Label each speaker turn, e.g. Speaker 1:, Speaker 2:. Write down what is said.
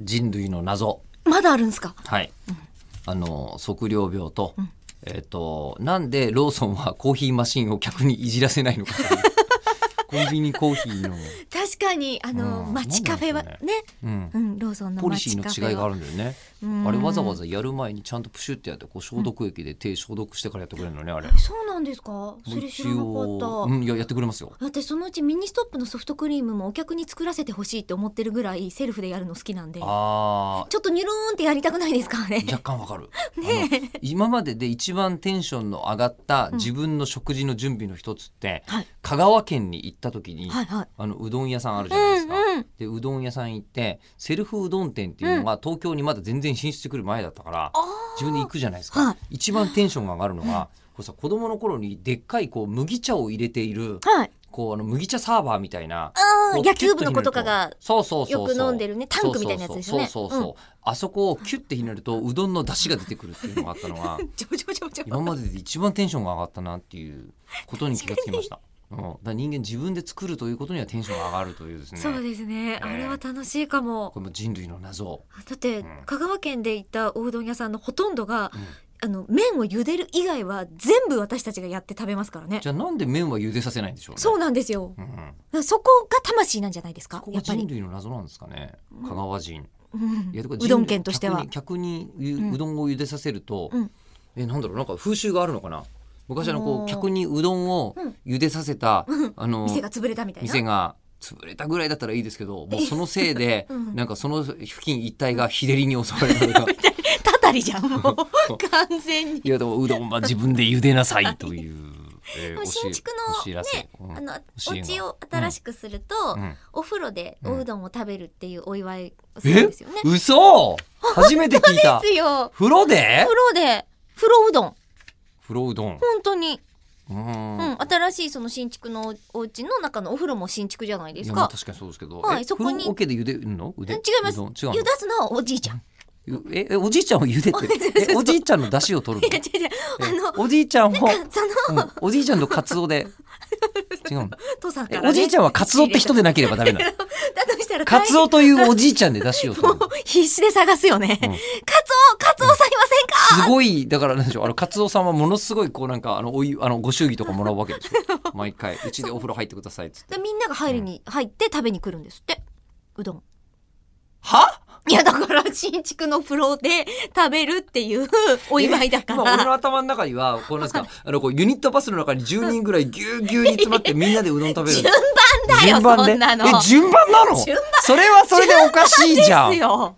Speaker 1: 人類の謎。
Speaker 2: まだあるんですか
Speaker 1: はい。あの、測量病と、えっ、と、なんでローソンはコーヒーマシンを客にいじらせないのか という。コンビニコーヒーの、
Speaker 2: 確かにあの、
Speaker 1: うん
Speaker 2: 街カフェは
Speaker 1: なん
Speaker 2: ね
Speaker 1: なんうん
Speaker 2: う。んローソンの
Speaker 1: ポリシ
Speaker 2: 街
Speaker 1: ー
Speaker 2: カフェ
Speaker 1: の違いがあ
Speaker 2: る
Speaker 1: るんだよね
Speaker 2: ん
Speaker 1: あれわざわざやる前にちゃんとプシュってやってこう消毒液で手消毒してからやってくれるのねあれ
Speaker 2: そうなんですかそれ知らなかっ
Speaker 1: う
Speaker 2: た、
Speaker 1: んいややってくれますよ
Speaker 2: 私そのうちミニストップのソフトクリームもお客に作らせてほしいって思ってるぐらいセルフでやるの好きなんでちょ
Speaker 1: あー
Speaker 2: っとニュルーンってやりたくないですかあれ
Speaker 1: 若干わかるあの今までで一番テンションの上がった自分の食事の準備の一つって、
Speaker 2: はい
Speaker 1: 香川県に行った時に、
Speaker 2: はいはい
Speaker 1: あのうどん屋さんあるじゃないですか、
Speaker 2: うんうん
Speaker 1: でうどん屋さん行ってセルフうどん店っていうのが東京にまだ全然進出してくる前だったから、自分で行くじゃないですか、
Speaker 2: はい
Speaker 1: 一番テンションが上がるのが、こうさ子供の頃にでっかいこう麦茶を入れている
Speaker 2: はい
Speaker 1: こうあの麦茶サーバーみたいな
Speaker 2: あ
Speaker 1: こ
Speaker 2: ー
Speaker 1: う
Speaker 2: 野球部
Speaker 1: キュッひ
Speaker 2: の
Speaker 1: ね
Speaker 2: 子
Speaker 1: る
Speaker 2: とかが
Speaker 1: そうそうそうそう
Speaker 2: よく飲んでるねタンクみたいなやつですよね
Speaker 1: そうそうそうそうあそこをキュッてひねるとうどんの出汁が出てくるっていうのがあったのが
Speaker 2: ちょちょちょちょ
Speaker 1: 今までで一番テンションが上がったなっていうことに気がつきま した。うん、だから人間自分で作るということにはテンションが上がるというですね。
Speaker 2: そうですね、
Speaker 1: えー
Speaker 2: あれは楽しいかも
Speaker 1: これも人類の謎。
Speaker 2: だって、
Speaker 1: うん
Speaker 2: 香川県で行ったおうどん屋さんのほとんどが、
Speaker 1: うん
Speaker 2: あの麺を茹でる以外は全部私たちがやって食べますからね
Speaker 1: じゃあなんで麺は茹でさせないんでしょうね。
Speaker 2: そうなんですよ
Speaker 1: うんうん。
Speaker 2: そこが魂なんじゃないですか
Speaker 1: ここ
Speaker 2: や
Speaker 1: が
Speaker 2: っぱ
Speaker 1: 人
Speaker 2: り、
Speaker 1: 類の謎なんですかね。香川人。
Speaker 2: うん
Speaker 1: いやだから人類
Speaker 2: うどん県としては
Speaker 1: 客に客にゆ
Speaker 2: うん
Speaker 1: うどんを茹でさせると、
Speaker 2: うん
Speaker 1: えなんだろうなんか風習があるのかな。昔あのこ
Speaker 2: お
Speaker 1: う
Speaker 2: ー
Speaker 1: 客にうどんを
Speaker 2: うん
Speaker 1: 茹でさせた、
Speaker 2: うん
Speaker 1: あの
Speaker 2: 店が潰れたみたいな
Speaker 1: 店が潰れたぐらいだったらいいですけど、 もうそのせいで
Speaker 2: うん
Speaker 1: なんかその付近一帯が日照りに襲われたとか。
Speaker 2: たたりじ ゃんもう
Speaker 1: そう
Speaker 2: 完全に
Speaker 1: いやでもうどんは自分で茹でなさいという。え
Speaker 2: でも
Speaker 1: おし
Speaker 2: 新築
Speaker 1: お知
Speaker 2: の
Speaker 1: らせ
Speaker 2: ね、
Speaker 1: うん
Speaker 2: あの
Speaker 1: 教
Speaker 2: お
Speaker 1: えが
Speaker 2: 家を新しくすると、
Speaker 1: うん
Speaker 2: お風呂でおうどんを食べるっていうお祝いをするん
Speaker 1: え
Speaker 2: ですよね、
Speaker 1: 嘘初めて聞 いた
Speaker 2: ですよ
Speaker 1: 風呂で
Speaker 2: 風呂で風呂うどん
Speaker 1: 風呂うどん
Speaker 2: 本当に、
Speaker 1: う
Speaker 2: うんん新しいその新築のお家の中のお風呂も新築じゃないで
Speaker 1: い
Speaker 2: す
Speaker 1: やまあ
Speaker 2: か
Speaker 1: 確かにそうですけど、
Speaker 2: はい
Speaker 1: え
Speaker 2: そこに
Speaker 1: 風呂桶で茹でるの腕
Speaker 2: 違います
Speaker 1: うどん違う
Speaker 2: 湯出すのはおじいちゃん
Speaker 1: のええおじいちゃんを 茹で
Speaker 2: お
Speaker 1: てるえおじいちゃんの出汁を取る
Speaker 2: いや違う違う あ
Speaker 1: の
Speaker 2: の
Speaker 1: えおじいちゃんを、
Speaker 2: その
Speaker 1: うんおじいちゃんとカツオ で違うの
Speaker 2: 父さんか
Speaker 1: え
Speaker 2: ら、ね、
Speaker 1: おじいちゃんはカツオって人でなければダメ なの
Speaker 2: だとしたら
Speaker 1: カツオというおじいちゃんで出汁を取
Speaker 2: も
Speaker 1: る
Speaker 2: う必死で探すよね、
Speaker 1: うん
Speaker 2: カツオカツオさんいませんか、
Speaker 1: すごいだからなんでしょうあのカツオさんはものすごいこうなんかあのお湯あのご祝儀とかもらうわけでしょ 毎回うちでお風呂入ってくださいっつって
Speaker 2: でみんなが入りに、入って食べに来るんですってうどん
Speaker 1: はい
Speaker 2: やだから新築の風呂で食べるっていうお祝いだか
Speaker 1: 今俺の
Speaker 2: ら
Speaker 1: 頭の中にはこうなんです かあのこうユニットバスの中に10人ぐらいぎゅうぎゅうに詰まってみんなでうどん 食べる
Speaker 2: 順番だよそんなの
Speaker 1: え順番なの
Speaker 2: 順番
Speaker 1: それはそれでおかしいじゃん
Speaker 2: ですよ